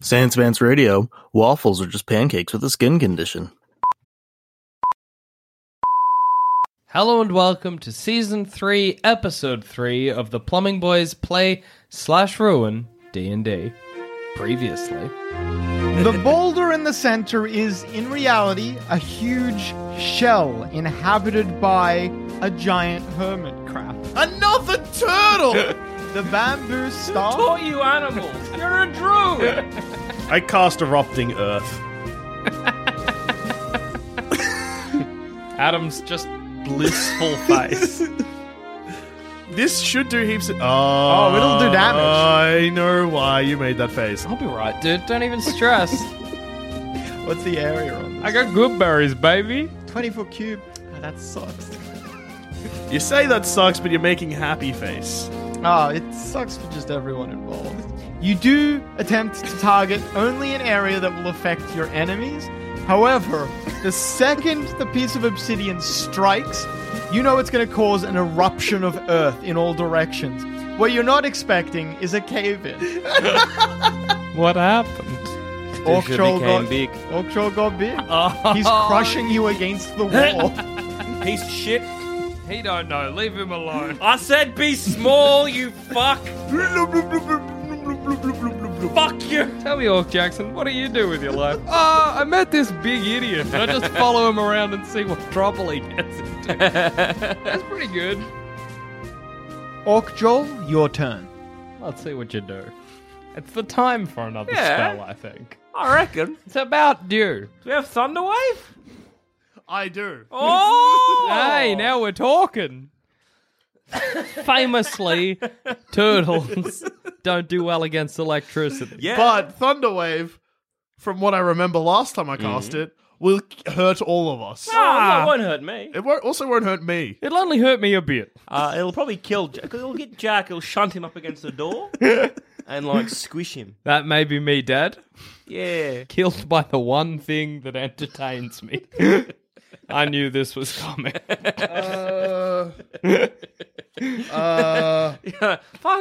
Sans Pants Radio, waffles are just pancakes with a skin condition. Hello and welcome to season three, episode three of the Plumbing Boys Play slash Ruin D and D. Previously, The boulder in the center is, in reality, a huge shell inhabited by a giant hermit crab. Another turtle! the bamboo staff. you animals, you're a druid. I cast erupting earth. Adam's just blissful face. This should do heaps. Of- oh, Oh, it'll do damage. I know why you made that face. I'll be right, dude. Don't even stress. What's the area on I got good berries, baby. this? 24 cube. Oh, that sucks. You say that sucks, but you're making happy face. Oh, it sucks for just everyone involved. You do attempt to target only an area that will affect your enemies. However, the second the piece of obsidian strikes, you know it's going to cause an eruption of earth in all directions. What you're not expecting is a cave in. What happened? Orkshaw got, Orkshaw got big. He's crushing you against the wall. Piece of shit. He don't know. Leave him alone. I said be small, you fuck. fuck you. Tell me, Orc Jackson, what do you do with your life? Ah, I met this big idiot, and I just follow him around and see what trouble he gets into. That's pretty good. Orkjoel, your turn. Let's see what you do. It's the time for another Yeah. spell, I think. I reckon. It's about due. Do we have Thunderwave? I do. Oh! Hey, now we're talking. Famously, turtles don't do well against electricity. Yeah. But Thunderwave, from what I remember last time I cast it, will k- hurt all of us. Ah, that won't hurt me. It won't, also won't hurt me. It'll only hurt me a bit. Uh, it'll probably kill Jack. It'll get Jack. It'll shunt him up against the door and like squish him. That may be me, Dad. Yeah. Killed by the one thing that entertains me. I knew this was coming. fuck! I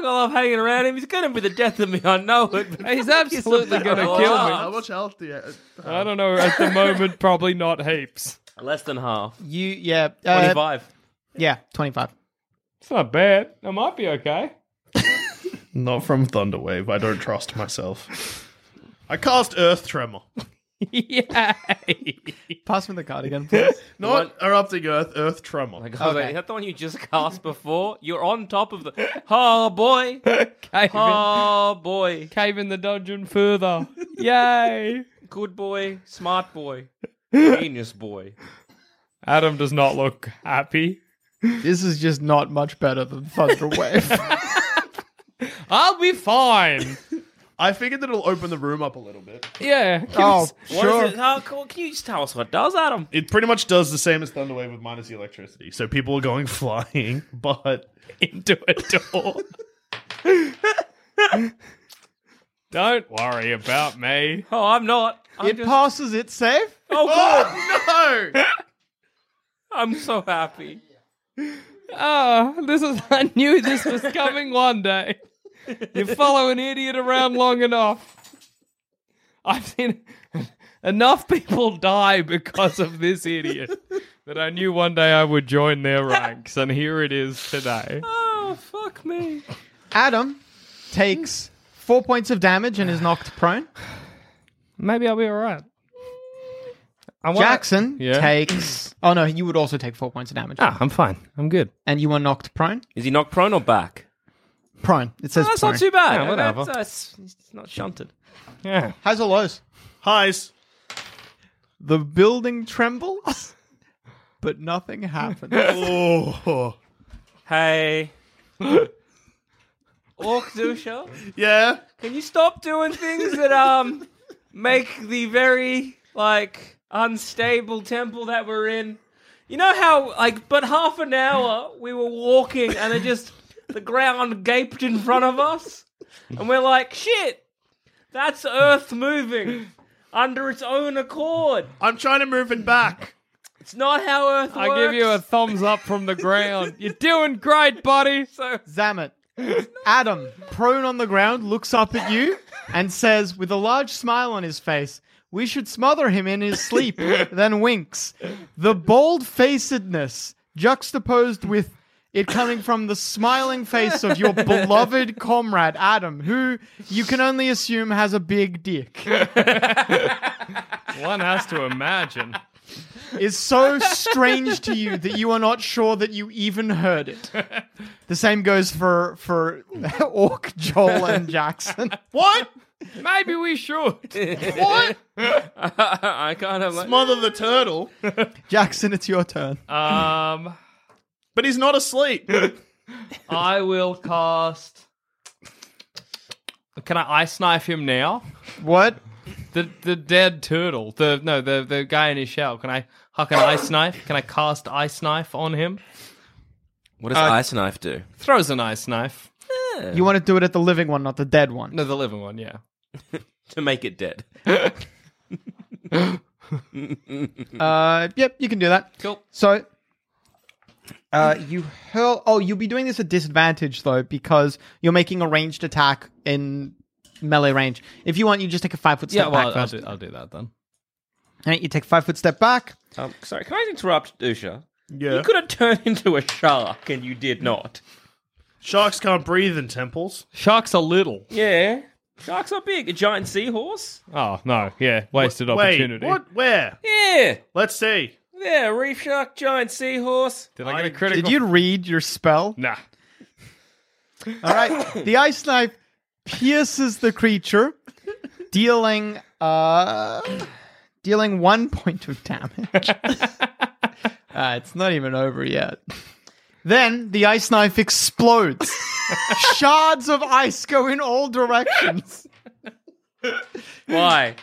love hanging around him. He's gonna be the death of me. I know it. but He's absolutely going to kill me. How much health do you? I don't know. At the moment, probably not heaps. Less than half. You, yeah. uh, Twenty-five. Yeah, 25. It's not bad. I might be okay. Not from Thunderwave. I don't trust myself. I cast Earth Tremor. Yay! Pass me the card again, please. Not erupting Earth. Earth Tremor. Like, I was like, is that the one you just cast before? You're on top of the. Oh boy! Cave, Oh boy! in, cave in the dungeon further. Yay! Good boy, smart boy, genius boy. Adam does not look happy. this is just not much better than Thunderwave. I'll be fine. I figured that it'll open the room up a little bit. Yeah. Oh, What is it? Oh, cool. Can you just tell us what it does, Adam? It pretty much does the same as Thunderwave with minus the electricity. So people are going flying, but Into a door. Don't worry about me. Oh, I'm not. I'm It just- passes it safe. Oh, oh god! no, I'm so happy. Oh, this is. I knew this was coming one day. You follow an idiot around long enough. I've seen enough people die because of this idiot that I knew one day I would join their ranks, and here it is today. Oh fuck me! Adam, takes four points of damage and is knocked prone. Maybe I'll be all right. I wanna- Jackson Yeah. takes. Oh no, you would also take four points of damage, Ah, I'm fine. I'm good. and you are knocked prone. Is he knocked prone or back? Prone. It says Ah, that's prone. not too bad. Yeah, whatever. That's, that's, it's not shunted. Yeah. Highs or lows? Highs. The building trembles, but nothing happens. Oh. Hey. Orc Dusha, Yeah. can you stop doing things that um make the very like unstable temple that we're in? You know how like but half an hour we were walking and they just the ground gaped in front of us and we're like, shit, that's earth moving under its own accord. I'm trying to move it back. It's not how earth I works. give you a thumbs up from the ground. You're doing great, buddy. So Zamet. Adam, prone on the ground, looks up at you and says, with a large smile on his face, We should smother him in his sleep, then winks. The bold facedness juxtaposed with it coming from the smiling face of your beloved comrade, Adam, who you can only assume has a big dick, one has to imagine. is so strange to you that you are not sure that you even heard it. The same goes for, for Orc, Joel, and Jackson. What? Maybe we should. What? I kind of like Mother the turtle. Jackson, it's your turn. Um, But he's not asleep. I will cast. Can I ice knife him now? What? The the dead turtle. The no the the guy in his shell. Can I huck an ice knife? Can I cast ice knife on him? Uh, What does ice knife do? Throws an ice knife. You want to do it at the living one, not the dead one. No, the living one. Yeah. To make it dead. Uh, yep, you can do that. Cool. So, uh, you hurl. Oh, you'll be doing this at disadvantage though because you're making a ranged attack in melee range. If you want, you just take a five foot step Yeah. Well, back I'll first. do, I'll do that then. Alright, you take a five foot step back. Um, sorry, can I interrupt, Dusha? Yeah. You could have turned into a shark and you did not. Sharks can't breathe in temples. Sharks are little. Yeah. Sharks are big. A giant seahorse? Oh no. Yeah. Wasted Wait, opportunity. what? Where? Yeah. Let's see. Yeah, reef shark, giant seahorse. Did I I- get a critical? Did you read your spell? Nah. All right, the ice knife pierces the creature, dealing uh, dealing one point of damage. uh, it's not even over yet. Then the ice knife explodes. Shards of ice go in all directions. Why?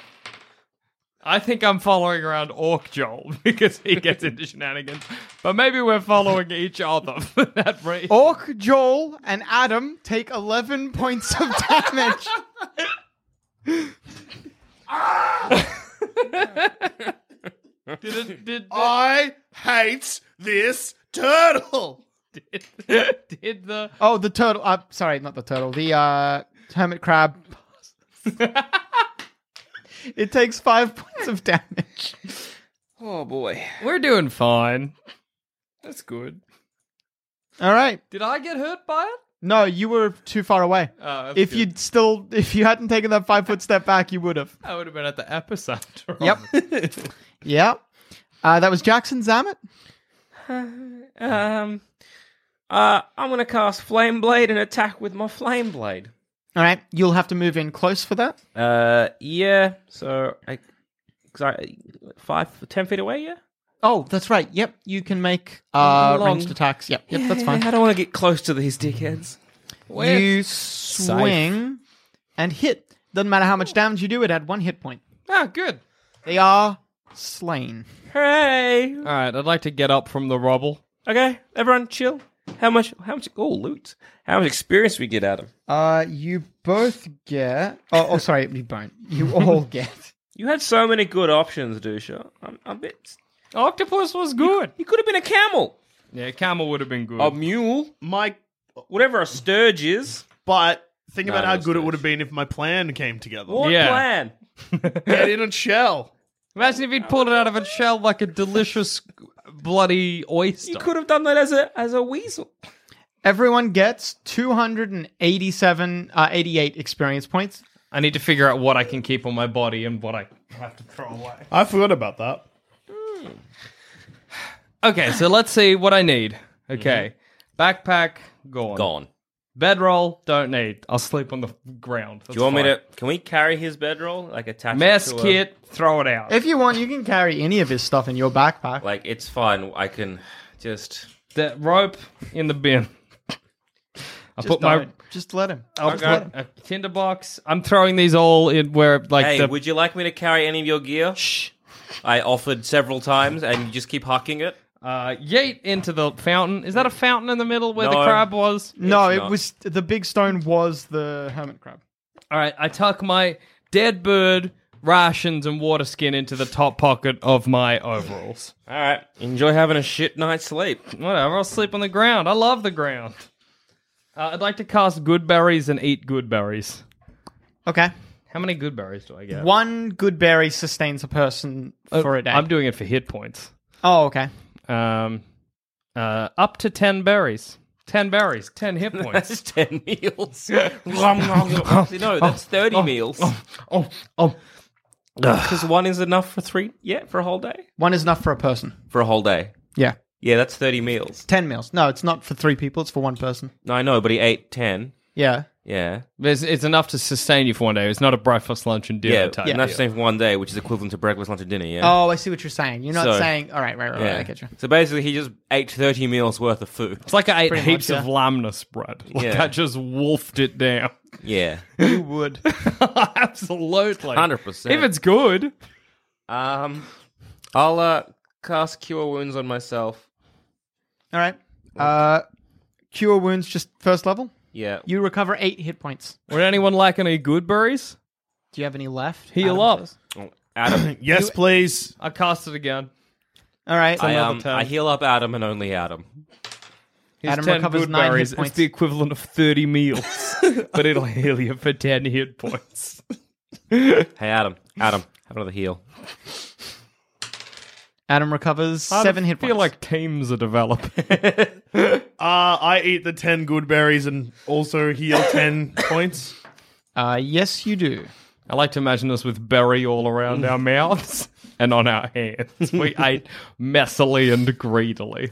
I think I'm following around Orc Joel because he gets into shenanigans. But maybe we're following each other for that reason. Orc, Joel, and Adam take eleven points of damage. Did, it- did, I hate this turtle. did, did the Oh, the turtle. Uh, sorry, not the turtle. The uh, hermit crab. it takes five points of damage. Oh boy. we're doing fine. That's good. All right. Did I get hurt by it? No, you were too far away. Oh, that's if good. you'd still, if you hadn't taken that five foot step back, you would have. I would have been at the epicenter. of Yep. yep. Uh, that was Jackson Zamet. Um uh I'm gonna cast Flame Blade and attack with my Flame Blade. All right, you'll have to move in close for that. Uh yeah. So I, 'cause I five ten feet away, yeah? Oh, that's right. Yep, you can make uh, Long. ranged attacks. Yep, yep, that's fine. Yeah, I don't wanna get close to these dickheads. You swing and hit. Doesn't matter how much damage you do; it had one hit point. Ah, good. They are slain. Hooray! All right, I'd like to get up from the rubble. Okay, everyone, chill. How much? How much? Oh, loot. How much experience we get out of? Uh, you both get. Oh, oh sorry, you don't. You all get. You had so many good options, Dusha. I'm, I'm a bit. Octopus was good. You could have been a camel, Yeah, camel would have been good. a mule, My, whatever a sturge is. but think about no, how it's good it nice. would have been if my plan came together. What Yeah. plan? Get in a shell. Imagine if he'd pulled it out of its shell like a delicious bloody oyster. You could have done that as a as a weasel. Everyone gets 287, uh, 88 experience points. I need to figure out what I can keep on my body and what I have to throw away. I forgot about that. Okay, so let's see what I need. Okay. Backpack, gone. Mm-hmm. Gone. Bedroll, don't need. I'll sleep on the ground. Do you want me to? Can we carry his bedroll? Like attach Mess it to a- kit, throw it out. If you want, you can carry any of his stuff in your backpack. Like it's fine. I can just. the rope in the bin. I Just put my don't. just let him. I'll put a tinderbox. I'm throwing these all in where like Hey, the would you like me to carry any of your gear? Shh. I offered several times, and you just keep hucking it. uh, yeet into the fountain. Is that a fountain in the middle where the No. crab was? No, It's it not. was the big stone was the hermit crab. All right, I tuck my dead bird rations and water skin into the top pocket of my overalls. All right. Enjoy having a shit night's sleep. Whatever, I'll sleep on the ground. I love the ground. Uh, I'd like to cast good berries and eat good berries. Okay. How many good berries do I get? One good berry sustains a person for a day. Oh, I'm doing it for hit points. oh, okay. Um, uh, up to ten berries. Ten berries. Ten hit points. That's ten meals. no, that's thirty meals. oh, oh. oh, Because one is enough for three. Yeah, for a whole day. One is enough for a person. For a whole day. Yeah. Yeah, that's thirty meals. 10 meals. No, it's not for three people, it's for one person. No, I know, but he ate ten. Yeah. Yeah. It's, it's enough to sustain you for one day. It's not a breakfast, lunch, and dinner Yeah, type. and that's deal. the same for one day, which is equivalent to breakfast, lunch, and dinner. Yeah. Oh, I see what you're saying. You're not So- saying, all right, right, right, yeah. right, I get you. So basically, he just ate thirty meals worth of food. It's like I ate Pretty heaps much, of yeah. lamnas bread. Like Yeah. I just wolfed it down. Yeah, You would. Absolutely. hundred percent. If it's good. um, I'll uh, cast cure wounds on myself. All right. Uh, cure wounds, just first level. Yeah. You recover eight hit points. Would anyone like any good berries? Do you have any left? Heal Adam up. first. Oh, Adam, Yes, please. I cast it again. All right. I, another um, turn. I heal up Adam and only Adam. Here's Adam 10 recovers good nine hit berries. points. It's the equivalent of 30 meals, but it'll heal you for 10 hit points. Hey, Adam, Adam, have another heal. Adam recovers I seven hit feel points. like teams are developing. Uh, I eat the ten good berries and also heal ten points. Uh, yes, you do. I like to imagine us with berry all around our mouths and on our hands. We ate messily and greedily.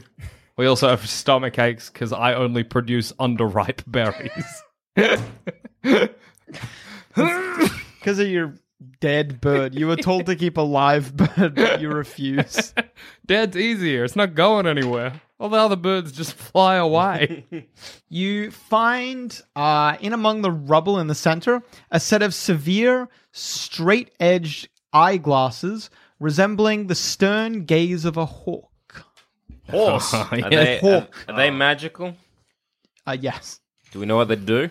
We also have stomach aches because I only produce underripe berries. Because of your dead bird. You were told to keep a live bird, but you refuse. Dead's easier. It's not going anywhere. All the other birds just fly away. You find uh, in among the rubble in the center a set of severe, straight edged eyeglasses resembling the stern gaze of a hawk. Horse. Are, Yeah, they, are, hawk. are they magical? Uh, yes. Do we know what they do?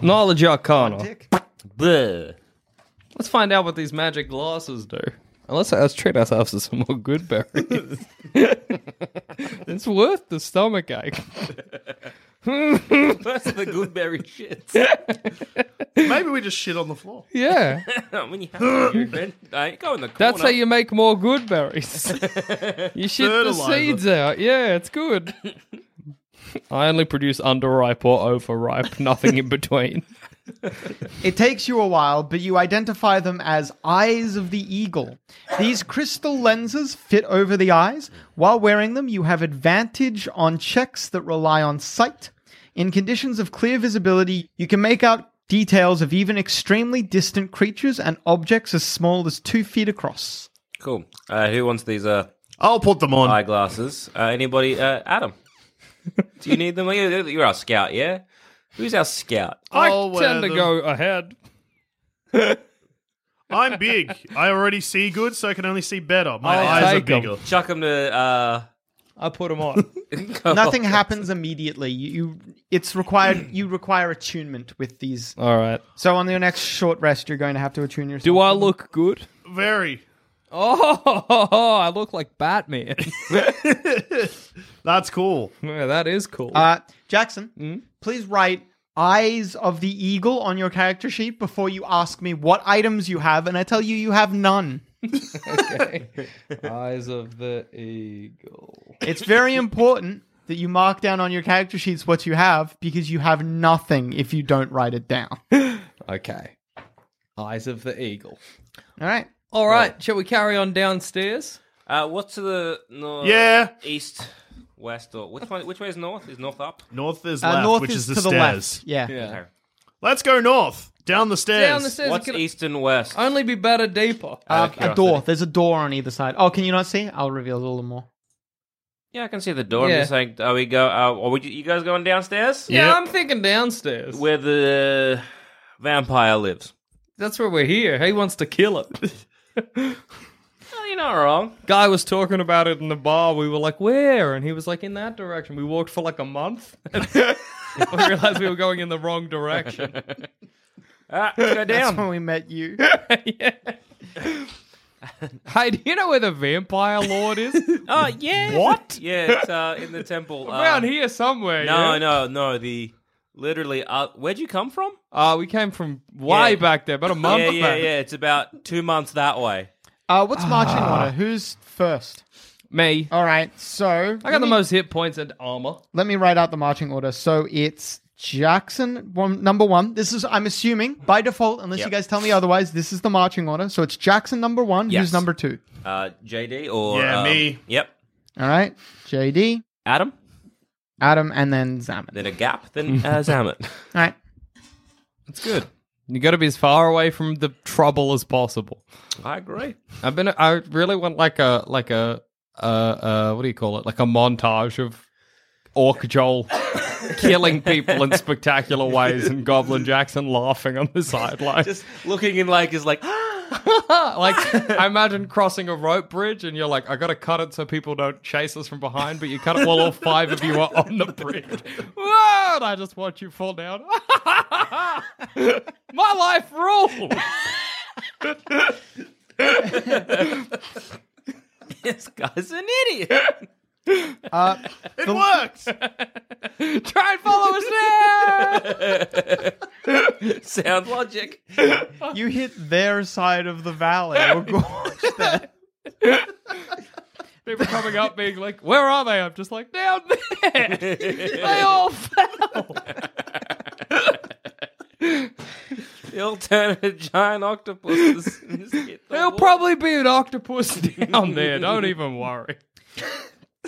Knowledge Arcana. Bleh. Let's find out what these magic glasses do. And let's, let's treat ourselves to some more good berries. it's worth the stomach ache. That's the good berry shit. Maybe we just shit on the floor. Yeah. when you have to, man, I go in the corner. That's how you make more good berries. you shit the Fertilizer. seeds out. Yeah, it's good. I only produce underripe or overripe, nothing in between. It takes you a while, but you identify them as eyes of the eagle. These crystal lenses fit over the eyes. While wearing them, you have advantage on checks that rely on sight. In conditions of clear visibility, you can make out details of even extremely distant creatures and objects as small as two feet across. Cool. Uh, who wants these uh, I'll put them on. eyeglasses? Uh, anybody? Uh, Adam, do you need them? You're you're our scout, yeah? Who's our scout? I I'll wear tend to them. go ahead. I'm big. I already see good, so I can only see better. My I'll eyes are take 'em. bigger. Chuck them to. Uh, I put them on. go- Nothing happens immediately. You, you it's required you require attunement with these. All right. So on your next short rest, you're going to have to attune yourself. Do I look good? Very. Oh, I look like Batman. That's cool. Yeah, that is cool. Uh, Jackson, please write Eyes of the Eagle on your character sheet before you ask me what items you have, and I tell you you have none. Eyes of the eagle. It's very important. that you mark down on your character sheets what you have because you have nothing if you don't write it down. Okay. Eyes of the eagle. All right. All right. Shall we carry on downstairs? Uh, what's to the north? Yeah. East, west, or which one? Which way is north? Is north up? North is Uh, left, north which is, is, the to the stairs. left. Yeah. Yeah. Okay. Let's go north, down the stairs. Down the stairs. What's it could east and west? only be better deeper. Uh, a curiosity. door. There's a door on either side. Oh, can you not see? I'll reveal a little more. Yeah, I can see the door. Yeah. I'm just like, are we go? Uh, are we, you guys going downstairs? yeah, Yep. I'm thinking downstairs. Where the vampire lives. That's where we're here. He wants to kill it. Oh, you're not wrong. Guy was talking about it in the bar. We were like, where? And he was like, in that direction. We walked for like a month. And we realized we were going in the wrong direction. Ah, let's go That's down. when we met you. yeah. Hey, do you know where the vampire lord is? Oh yeah. What? Yeah, it's uh, in the temple. uh, Around here somewhere. No, yeah? no, no. The literally. Uh, where'd you come from? Uh, we came from way Yeah. back there, about a month yeah, yeah, back. yeah. Ah. It's about two months that way. Uh, what's marching order? Who's first? Me. All right. So I got the Mm. most hit points and armor. let me write out the marching order. So it's Jackson one, number one. This is I'm assuming by default, unless you Yep. guys tell me otherwise. This is the marching order. So it's Jackson number one. Yes. Who's number two? Uh, JD or Yeah, um, me. Yep, All right, JD, Adam. Adam, and then Zaman. All Then a gap. Then uh, Zamet. right. It's good. You got to be as far away from the trouble as possible. I agree. I've been. I really want like a like a uh uh what do you call it? Like a montage of Orc Joel killing people in spectacular ways and Goblin Jackson laughing on the sideline. Just looking in like is like. like I imagine crossing a rope bridge and you're like, I gotta cut it so people don't chase us from behind, but you cut it while all five of you are on the bridge. Whoa, and I just watch you fall down. My life rules. this guy's an idiot. it works. Try and follow us now. Sound logic. You hit their side of the valley. Or gorge there. People coming up being like, Where are they? I'm just like, down there. they all fell. The alternative giant octopus. Is, is There'll probably be an octopus down there. Don't even worry.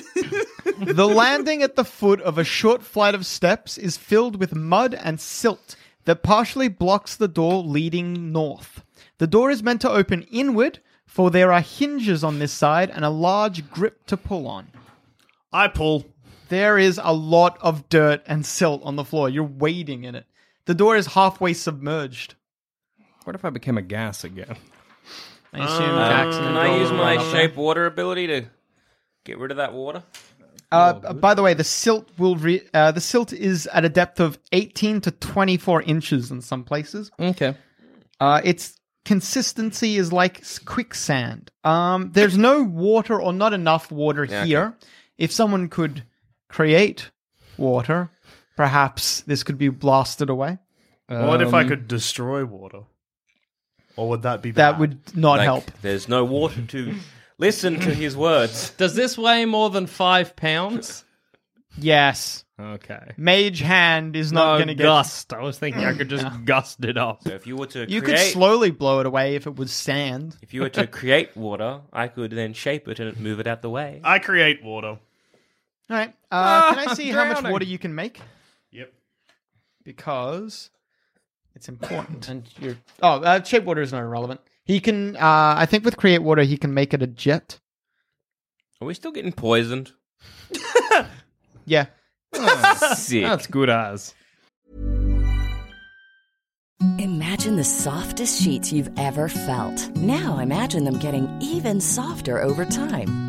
The landing at the foot of a short flight of steps is filled with mud and silt that partially blocks the door leading north. The door is meant to open inward, for there are hinges on this side and a large grip to pull on. I pull. There is a lot of dirt and silt on the floor. You're wading in it. The door is halfway submerged. What if I became a gas again? I assume Jackson. Can Um, I use my shape water ability to get rid of that water? Uh, by the way, the silt will re- uh, the silt is at a depth of 18 to 24 inches in some places. Okay. Uh, its consistency is like s- quicksand. Um, there's no water or not enough water here. If someone could create water, perhaps this could be blasted away. Um, what if I could destroy water? Or would that be bad? That would not Like, help. There's no water to listen to his words. Does this weigh more than five pounds? Yes. Okay. Mage hand is not going to get. gust. I was thinking I could just gust it up. If you were to You could create, slowly blow it away if it was sand. if you were to create water, I could then shape it and move it out the way. I create water. All right. Uh, can I Ah, I'm see how much drowning. water you can make? Yep. because it's important. and you're oh, uh, shape water is not irrelevant. He can, uh, I think, with create water, he can make it a jet. Are we still getting poisoned? Yeah, Sick. That's good as. Imagine the softest sheets you've ever felt. Now imagine them getting even softer over time.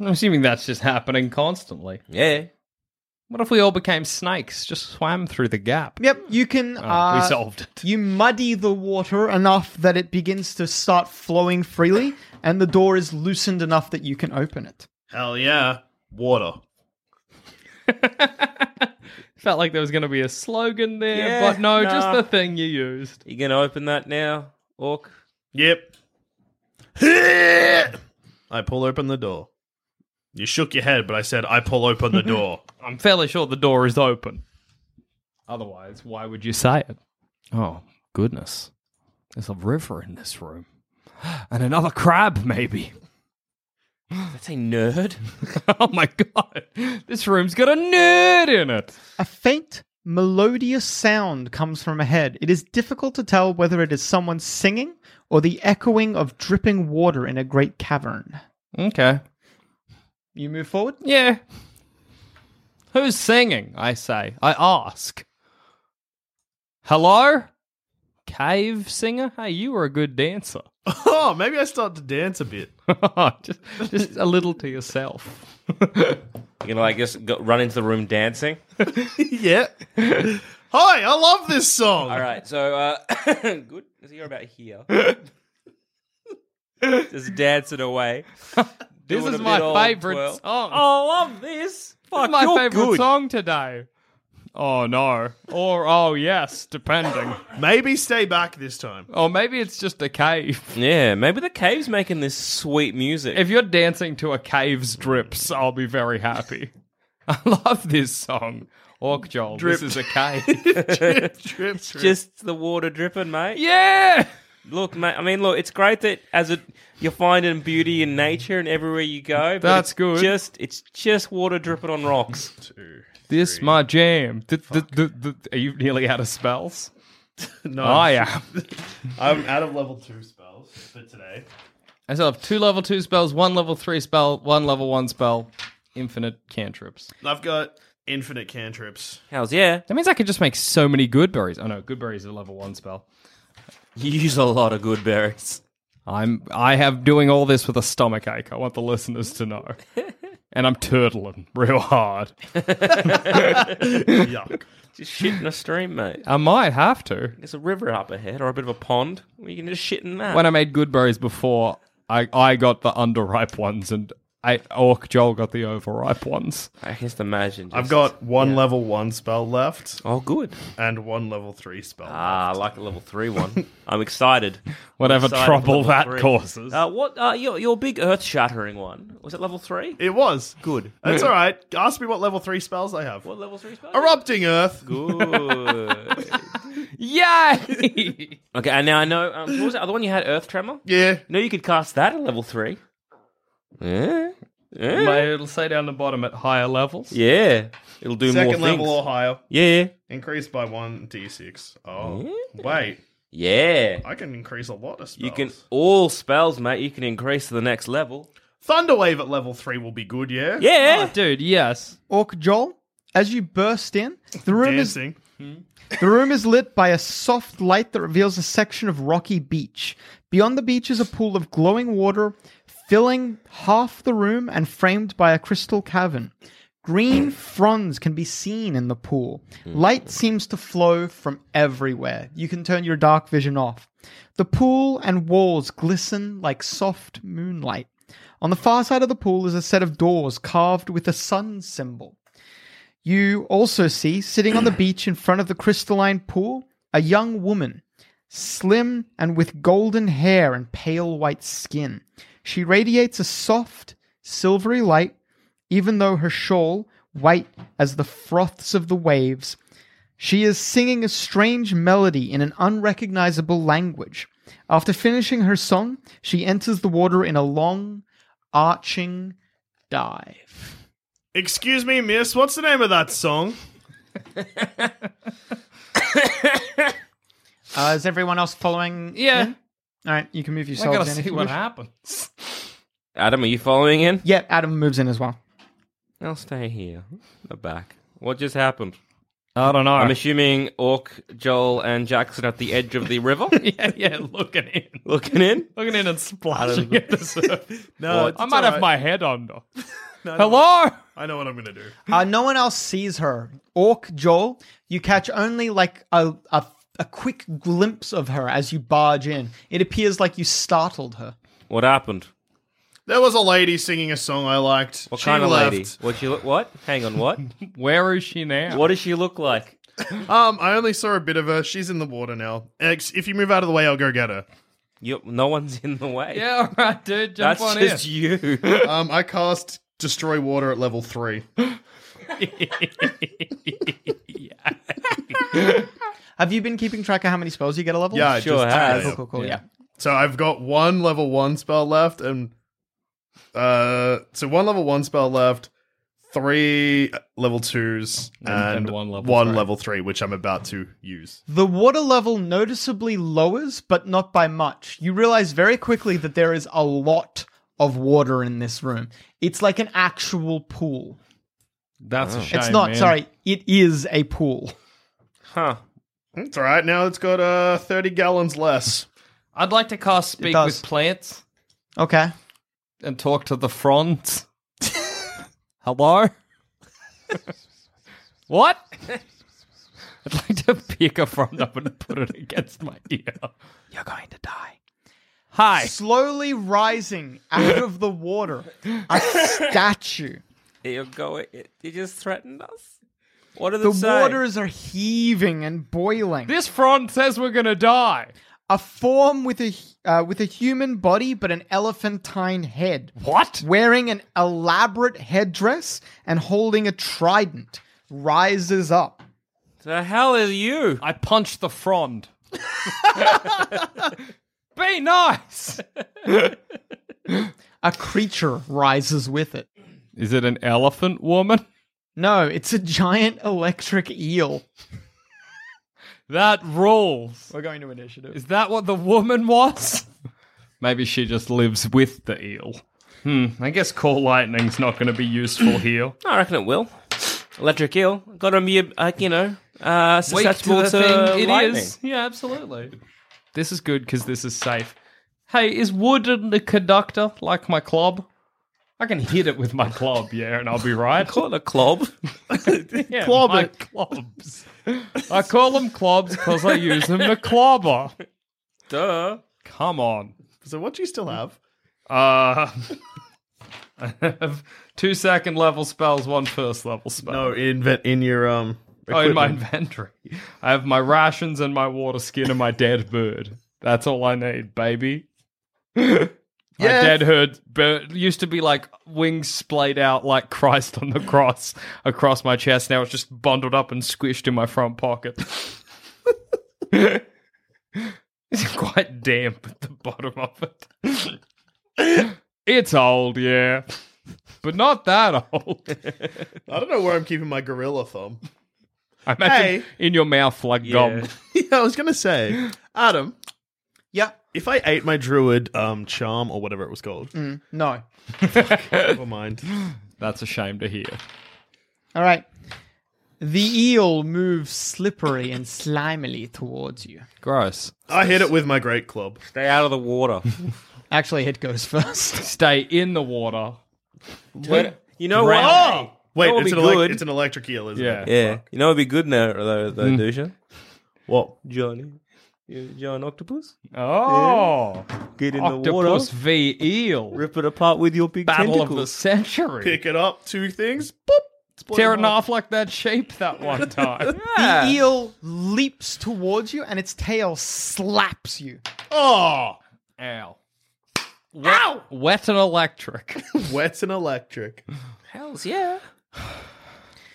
I'm assuming that's just happening constantly. Yeah. What if we all became snakes, just swam through the gap? Oh, Yep, you can. uh, Ah, we solved it. You muddy the water enough that it begins to start flowing freely, and the door is loosened enough that you can open it. Hell yeah. Water. Felt like there was going to be a slogan there, Yeah, but no, nah. just the thing you used. You gonna open that now, Orc? Yep. I pull open the door. You shook your head, but I said, I pull open the door. I'm fairly sure the door is open. Otherwise, why would you say it? Oh, goodness. There's a river in this room. And another crab, maybe. That's a nerd. oh my god. This room's got a nerd in it. A faint, melodious sound comes from ahead. It is difficult to tell whether it is someone singing or the echoing of dripping water in a great cavern. Okay. You move forward? Yeah. Who's singing? I say. I ask. Hello? Cave singer? Hey, you were a good dancer. oh, maybe I start to dance a bit. just, just a little to yourself. You gonna like just go, run into the room dancing? yeah. Hi, I love this song. All right, so uh, good. Let's hear about here. just dancing away. This Doing a is my bit old favorite twirl. song. Oh, I love this. It's Fuck, my you're favorite good. song today. Oh no. Or oh yes, depending. Maybe stay back this time. or maybe it's just a cave. Yeah, maybe the cave's making this sweet music. If you're dancing to a cave's drips, I'll be very happy. I love this song. Orc Joel, Drip. this is a cave. it's just the water dripping, mate. yeah. Look, mate. I mean, look. It's great that as a you're finding beauty in nature and everywhere you go. but That's it's good. Just it's just water dripping on rocks. This my jam. Th- th- th- th- are you nearly out of spells? Oh, No, I am. I'm out of level two spells for today. I still have two level two spells, one level three spell, one level one spell, infinite cantrips. I've got infinite cantrips. How's yeah? That means I could just make so many good berries. Oh no, good berries are a level one spell. You use a lot of good berries. I'm I have doing all this with a stomach ache. I want the listeners to know. and I'm turtling real hard. Yuck. Just shit in a stream, mate. I might have to. There's a river up ahead or a bit of a pond. We can just shit in that. When I made good berries before, I, I got the underripe ones and I Orc Joel got the overripe ones. I just imagine. Just, I've got one level one spell left Oh, good. and one level three spell. Ah, I like a level three one. I'm excited. Whatever Excited for trouble level that three. causes. Uh, what uh, your your big earth shattering one was it level three? it was good. That's all right. Ask me what level three spells I have. What level three spell? Erupting Earth. Good. Yay! okay, and now I know. Um, what was the other one you had? Earth tremor. Yeah. No, you could cast that at level three. Yeah. Yeah. My, it'll say down the bottom at higher levels. Yeah. It'll do more Second things. level or higher. yeah. Increased by one d6. Oh, wait. Yeah. I can increase a lot of spells. You can all spells, mate. You can increase to the next level. Thunderwave at level three will be good. Yeah. Yeah. Oh, dude, yes. Orc Joel, as you burst in, the room is Dancing. The room is lit by a soft light that reveals a section of rocky beach. Beyond the beach is a pool of glowing water, filling half the room and framed by a crystal cavern. Green fronds can be seen in the pool. Light seems to flow from everywhere. You can turn your dark vision off. The pool and walls glisten like soft moonlight. On the far side of the pool is a set of doors carved with a sun symbol. You also see, sitting on the beach in front of the crystalline pool, a young woman, slim and with golden hair and pale white skin. She radiates a soft, silvery light, even though her shawl, white as the froths of the waves, she is singing a strange melody in an unrecognizable language. After finishing her song, she enters the water in a long, arching dive. Excuse me, miss, what's the name of that song? Uh, is everyone else following? Yeah. in? All right, you can move I yourself. gotta in if see you what wish. happens. Adam, are you following in? Yeah, Adam moves in as well. I'll stay here. The back. What just happened? I don't know. I'm assuming Orc, Joel, and Jackson at the edge of the river. yeah, yeah, looking in. Looking in? Looking in and splashing at the surf. No, it's- I it's might have alright. my head under. No, no. Hello? I know what I'm going to do. Uh, no one else sees her. Orc Joel, you catch only like a, a a quick glimpse of her as you barge in. It appears like you startled her. What happened? There was a lady singing a song I liked. What She kind of lady? left. What she look? What? Hang on. What? Where is she now? What does she look like? Um, I only saw a bit of her. She's in the water now. Ex, if you move out of the way, I'll go get her. You, no one's in the way. Yeah, all right, dude. Jump That's on just in. you. um, I cast Destroy Water at level three. Have you been keeping track of how many spells you get a level? Yeah, I just Cool, cool, cool. Yeah. So I've got one level one spell left, and uh, so one level one spell left, three level twos, and, one level one level three, which I'm about to use. The water level noticeably lowers, but not by much. You realize very quickly that there is a lot of water in this room. It's like an actual pool. That's a shame. it's not, man. sorry, it is a pool. Huh. It's all right now. It's got uh thirty gallons less. I'd like to cast It Speak does. with Plants Okay. and talk to the fronds. Hello? what? I'd like to pick a frond up and put it against my ear. You're going to die. Hi. Slowly rising out of the water, a statue. You're going. You just threatened us. What did The it say? waters are heaving and boiling. This frond says we're going to die. A form with a uh, with a human body but an elephantine head. What? Wearing an elaborate headdress and holding a trident rises up. The hell is you? I punched the frond. Be nice. A creature rises with it. Is it an elephant woman? No, it's a giant electric eel. That rules. We're going to initiative. Is that what the woman was? Maybe she just lives with the eel. Hmm, I guess Call Lightning's not going to be useful here. I reckon it will. Electric eel. Got to be, uh, you know, uh, susceptible to, lightning. Yeah, absolutely. This is good because this is safe. Hey, is wood in the conductor like my club? I can hit it with my club, yeah, and I'll be right. Call it a clob. Yeah, Clob my it. clobs. I call them clobs because I use them to clobber. Duh. Come on. So what do you still have? Uh, I have two second level spells, one first level spell. No, in in your um. oh, in my equipment. inventory. I have my rations and my water skin and my dead bird. That's all I need, baby. My Yeah. dead bird, bird used to be like wings splayed out like Christ on the cross across my chest. Now it's just bundled up and squished in my front pocket. it's quite damp at the bottom of it. it's old, yeah. But not that old. I don't know where I'm keeping my gorilla thumb. I Hey. imagine in your mouth like gum. yeah, I was gonna say, Adam, Yeah. if I ate my druid um charm or whatever it was called, Mm, No. never mind. That's a shame to hear. All right. The eel moves slippery and slimily towards you. Gross. I hit it with my great club. Stay out of the water. Actually, it goes first. Stay in the water. But you Oh, know what? Drown. Oh! Wait, That would it's an, be elec- good. it's an electric eel, isn't Yeah. it? Hmm. Yeah. You know, it'd be good now, though, though Dusha? What? Johnny. You you're an octopus? Oh. Yeah. Get in the water. Octopus v eel. Rip it apart with your big Battle of tentacles. the century. Pick it up, two things, boop. Tear it off like that shape that one time. The eel leaps towards you and its tail slaps you. Oh! Ow. Ow! Wet and electric. Wet and electric. Hells yeah.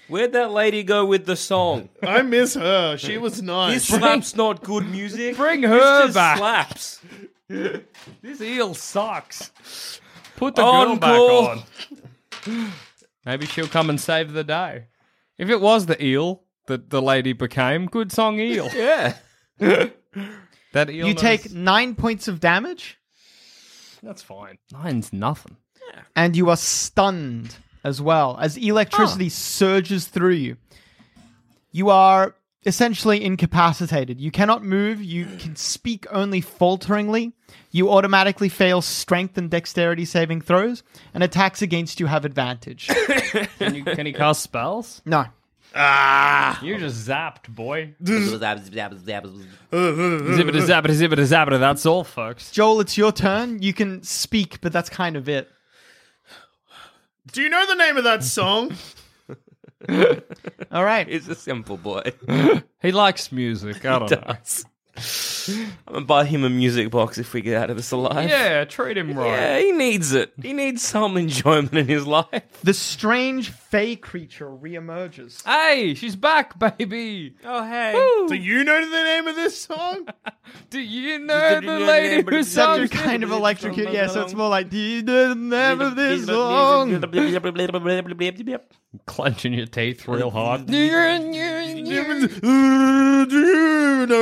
Where'd that lady go with the song? I miss her. She was nice. This slap's not good music. Bring This her just back. Slaps. this eel sucks. Put the girl Encore. back on. Maybe she'll come and save the day. If it was the eel that the lady became, good song eel. yeah. That eel You knows- take nine points of damage That's fine. Nine's nothing. and you are stunned as well as electricity surges through you. You are essentially incapacitated. You cannot move. You can speak only falteringly. You automatically fail strength and dexterity saving throws, and attacks against you have advantage. Can, you, can he cast spells? no. Ah! You just zapped, boy. Zippity Zippity zappity zippity zappity. That's all, folks. Joel, it's your turn. You can speak, but that's kind of it. Do you know the name of that song? All right. He's a simple boy. He likes music. I don't know. Does. I'm gonna buy him a music box if we get out of this alive. Yeah, treat him right. Yeah, he needs it. He needs some enjoyment in his life. The strange fey creature reemerges. Hey, she's back, baby. Oh hey. Do you know the name of this song? Do you know the lady who Except sung you're kind of electrocuted. Yeah, so it's more like, you didn't have this long. Clenching your teeth real hard. Do you know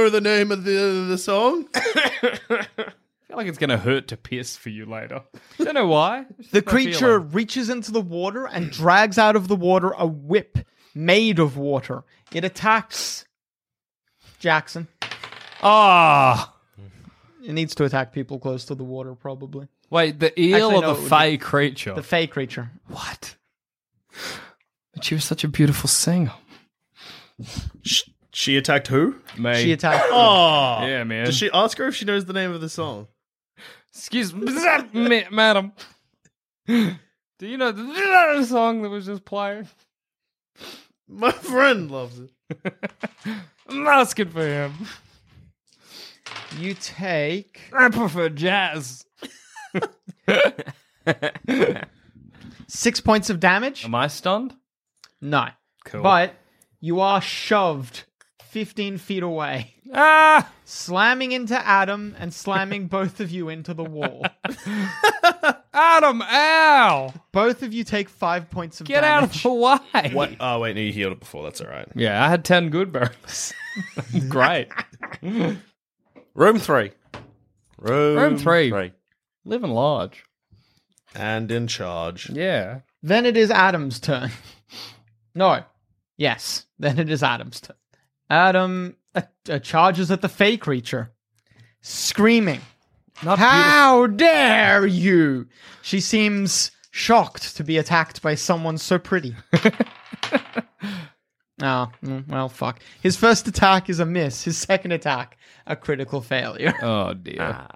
the name of the, the song? I feel like it's gonna hurt to piss for you later. Don't know why. It's The just my creature feeling. reaches into the water and drags out of the water a whip made of water. It attacks Jackson. Ah, It needs to attack people close to the water, probably. wait. The eel Actually, or no, it the would fey be- creature? The fey creature. what? But she was such a beautiful singer. She attacked who? Mate. She attacks. Oh. Yeah, man. Does she ask her if she knows the name of the song? Excuse me, madam. Do you know the song that was just playing? My friend loves it. I'm asking for him. You take. I prefer jazz. Six points of damage? Am I stunned? No. Cool. But you are shoved 15 feet away, Ah! slamming into Adam and slamming both of you into the wall. Adam, ow! Both of you take five points of Get out damage. of the way! What? Oh, wait, no, you healed it before. That's all right. Yeah, I had 10 good berries. Great. Room three. Room, Room three. Living large. And in charge. Yeah. Then it is Adam's turn. No. Yes. Then it is Adam's turn. Adam uh, uh, charges at the fey creature, screaming, Not How dare you! She seems shocked to be attacked by someone so pretty. Ah, mm, well, fuck. His first attack is a miss. His second attack, a critical failure. Oh, dear. Ah.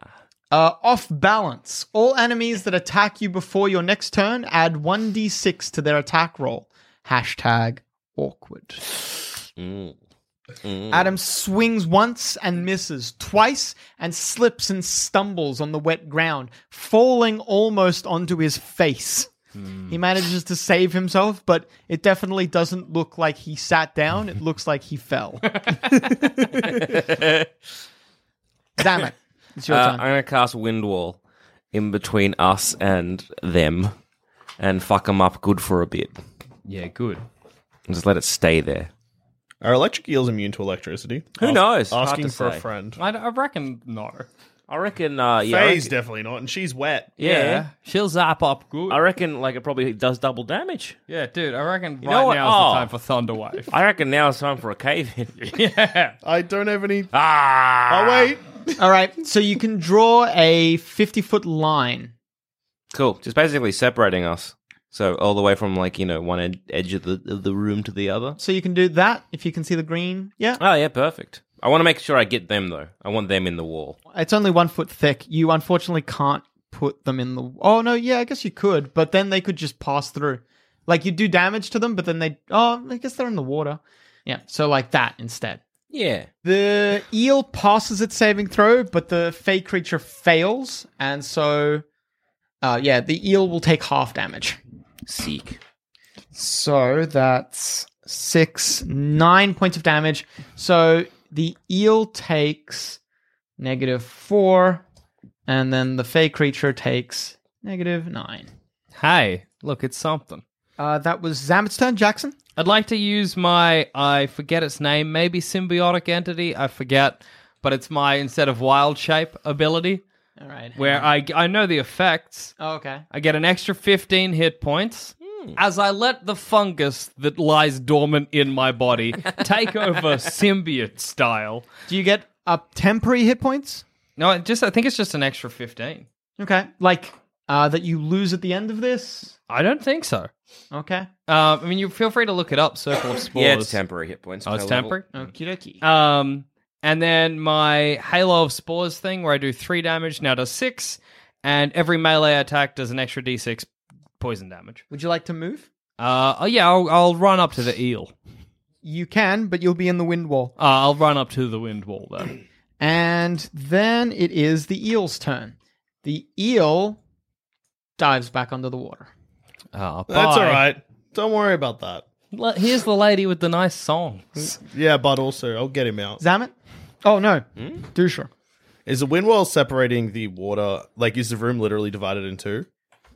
Uh, off balance. All enemies that attack you before your next turn add 1d6 to their attack roll. Hashtag awkward. Adam swings once and misses, twice and slips and stumbles on the wet ground, falling almost onto his face. He manages to save himself, but it definitely doesn't look like he sat down. It looks like he fell. Damn it. It's your Uh, I'm turn. gonna cast Windwall in between us and them, and fuck them up good for a bit. Yeah, good. And just let it stay there. Are electric eels immune to electricity? Who Ask- knows? Hard Asking to for a say. friend. I, I reckon no. I reckon. Uh, yeah, I Faye's reckon, definitely not, and she's wet. yeah. She'll zap up good. I reckon like it probably does double damage. yeah, dude, I reckon know right what? now is Oh. the time for Thunderwave. I reckon now it's time for a cave in. yeah. I don't have any. ah, Oh, wait. All right, so you can draw a 50 foot line. cool. Just basically separating us. So all the way from like you know one ed- edge of the of the room to the other. So you can do that if you can see the green. Yeah. Oh yeah, perfect. I want to make sure I get them though. I want them in the wall. It's only one foot thick. You unfortunately can't put them in the. Oh no, yeah, I guess you could, but then they could just pass through. Like you do damage to them, but then they. Oh, I guess they're in the water. Yeah, so like that instead. Yeah. The eel passes its saving throw, but the fey creature fails, and so, uh, yeah, the eel will take half damage. Seek. So that's six, nine points of damage. So the eel takes negative four, and then the fey creature takes negative nine. Hey, look, it's something. Uh, that was Zamet's turn, Jackson. I'd like to use my I forget its name, maybe symbiotic entity, I forget, but it's my instead of wild shape ability. All right. Where I I know the effects. Oh, okay. I get an extra 15 hit points. Hmm. As I let the fungus that lies dormant in my body take over symbiote style. Do you get up temporary hit points? No, it just I think it's just an extra 15. Okay. Like uh, that you lose at the end of this? I don't think so. Okay. Uh, I mean, you feel free to look it up. Circle of Spores. Yeah, it's temporary hit points. Oh, it's per temporary. level. Okie dokie. Um, and then my Halo of Spores thing, where I do three damage, now does six, and every melee attack does an extra d6 poison damage. Would you like to move? Uh, oh yeah, I'll, I'll run up to the eel. You can, but you'll be in the wind wall. Uh, I'll run up to the wind wall then. And then it is the eel's turn. The eel dives back under the water. Oh, That's bye. all right. Don't worry about that. Le- Here's the lady with the nice songs. Yeah, but also I'll get him out. Zamet? Oh no. Hmm? Dusha. Is the wind wall separating the water? Like, is the room literally divided in two?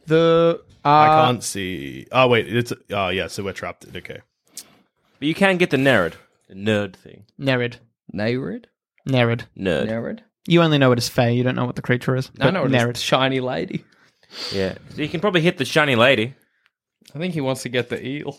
The uh, I can't see. Oh wait, it's. Oh yeah, so we're trapped. Okay. But you can get the nerd, the nerd thing. Nerid. Nayrid? Nerid. Nerd. You only know it as Fey. You don't know what the creature is. I but know it is. Nerid. Shiny lady. Yeah. So you can probably hit the shiny lady. I think he wants to get the eel.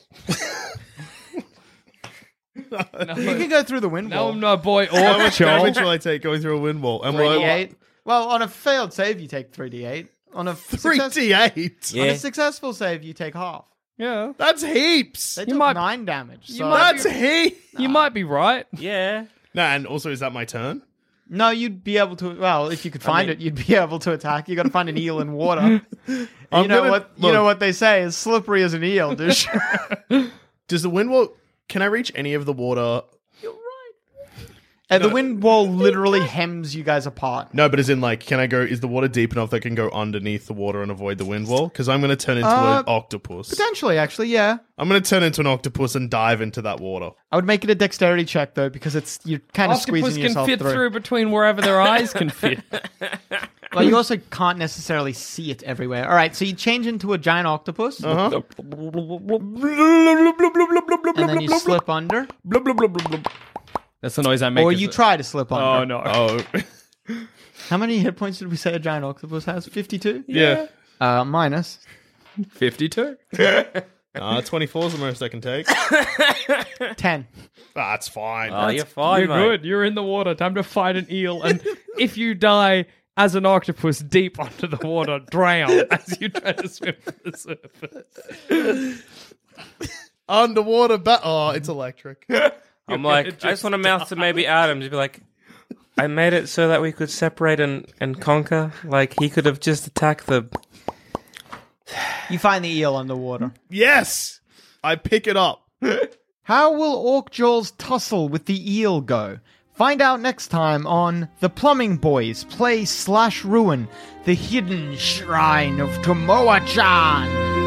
You can go through the wind No, wall. I'm not boy How or much Joel. damage will I take going through a wind wall? And Three D what? eight. Well, on a failed save, you take three D eight. On a Three success- D eight. On Yeah. a successful save, you take half. Yeah. That's heaps. They You took might- nine damage. you so- might That's heaps. You might be right. Yeah. No, and also is that my turn? No, you'd be able to. Well, if you could find it, you'd be able to attack. You got to find an eel in water. And you I'm know gonna- what? You look. know what they say is slippery as an eel, dish. Does the wind wall? Can I reach any of the water? and Uh, the wind wall literally hems you guys apart. No, but as in like, can I go? Is the water deep enough that I can go underneath the water and avoid the wind wall? Because I'm going to turn into Uh, an octopus. Potentially, actually, yeah. I'm going to turn into an octopus and dive into that water. I would make it a dexterity check though, because it's you're kind of Octopus squeezing can yourself fit through. through. between wherever their eyes can fit. Well, you also can't necessarily see it everywhere. All right, so you change into a giant octopus, Uh and then you slip under, huh. That's the noise I make. or is you it- try to slip under. Oh no. Oh, How many hit points did we say a giant octopus has? Fifty-two. yeah. Uh, minus. 52? Uh, 24 is the most I can take. Ten. That's fine. Oh, you're fine, You're mate. good. You're in the water. Time to fight an eel. And if you die as an octopus deep under the water, drown as you try to swim to the surface. Underwater bat. Oh, it's electric. I'm like, I just want to mouth to maybe Adam to be like, I made it so that we could separate and, and conquer. Like he could have just attacked the. You find the eel underwater. yes! I pick it up. How will Orc Jaw's tussle with the eel go? Find out next time on The Plumbing Boys Play Slash Ruin, The Hidden Shrine of Tomoa Chan.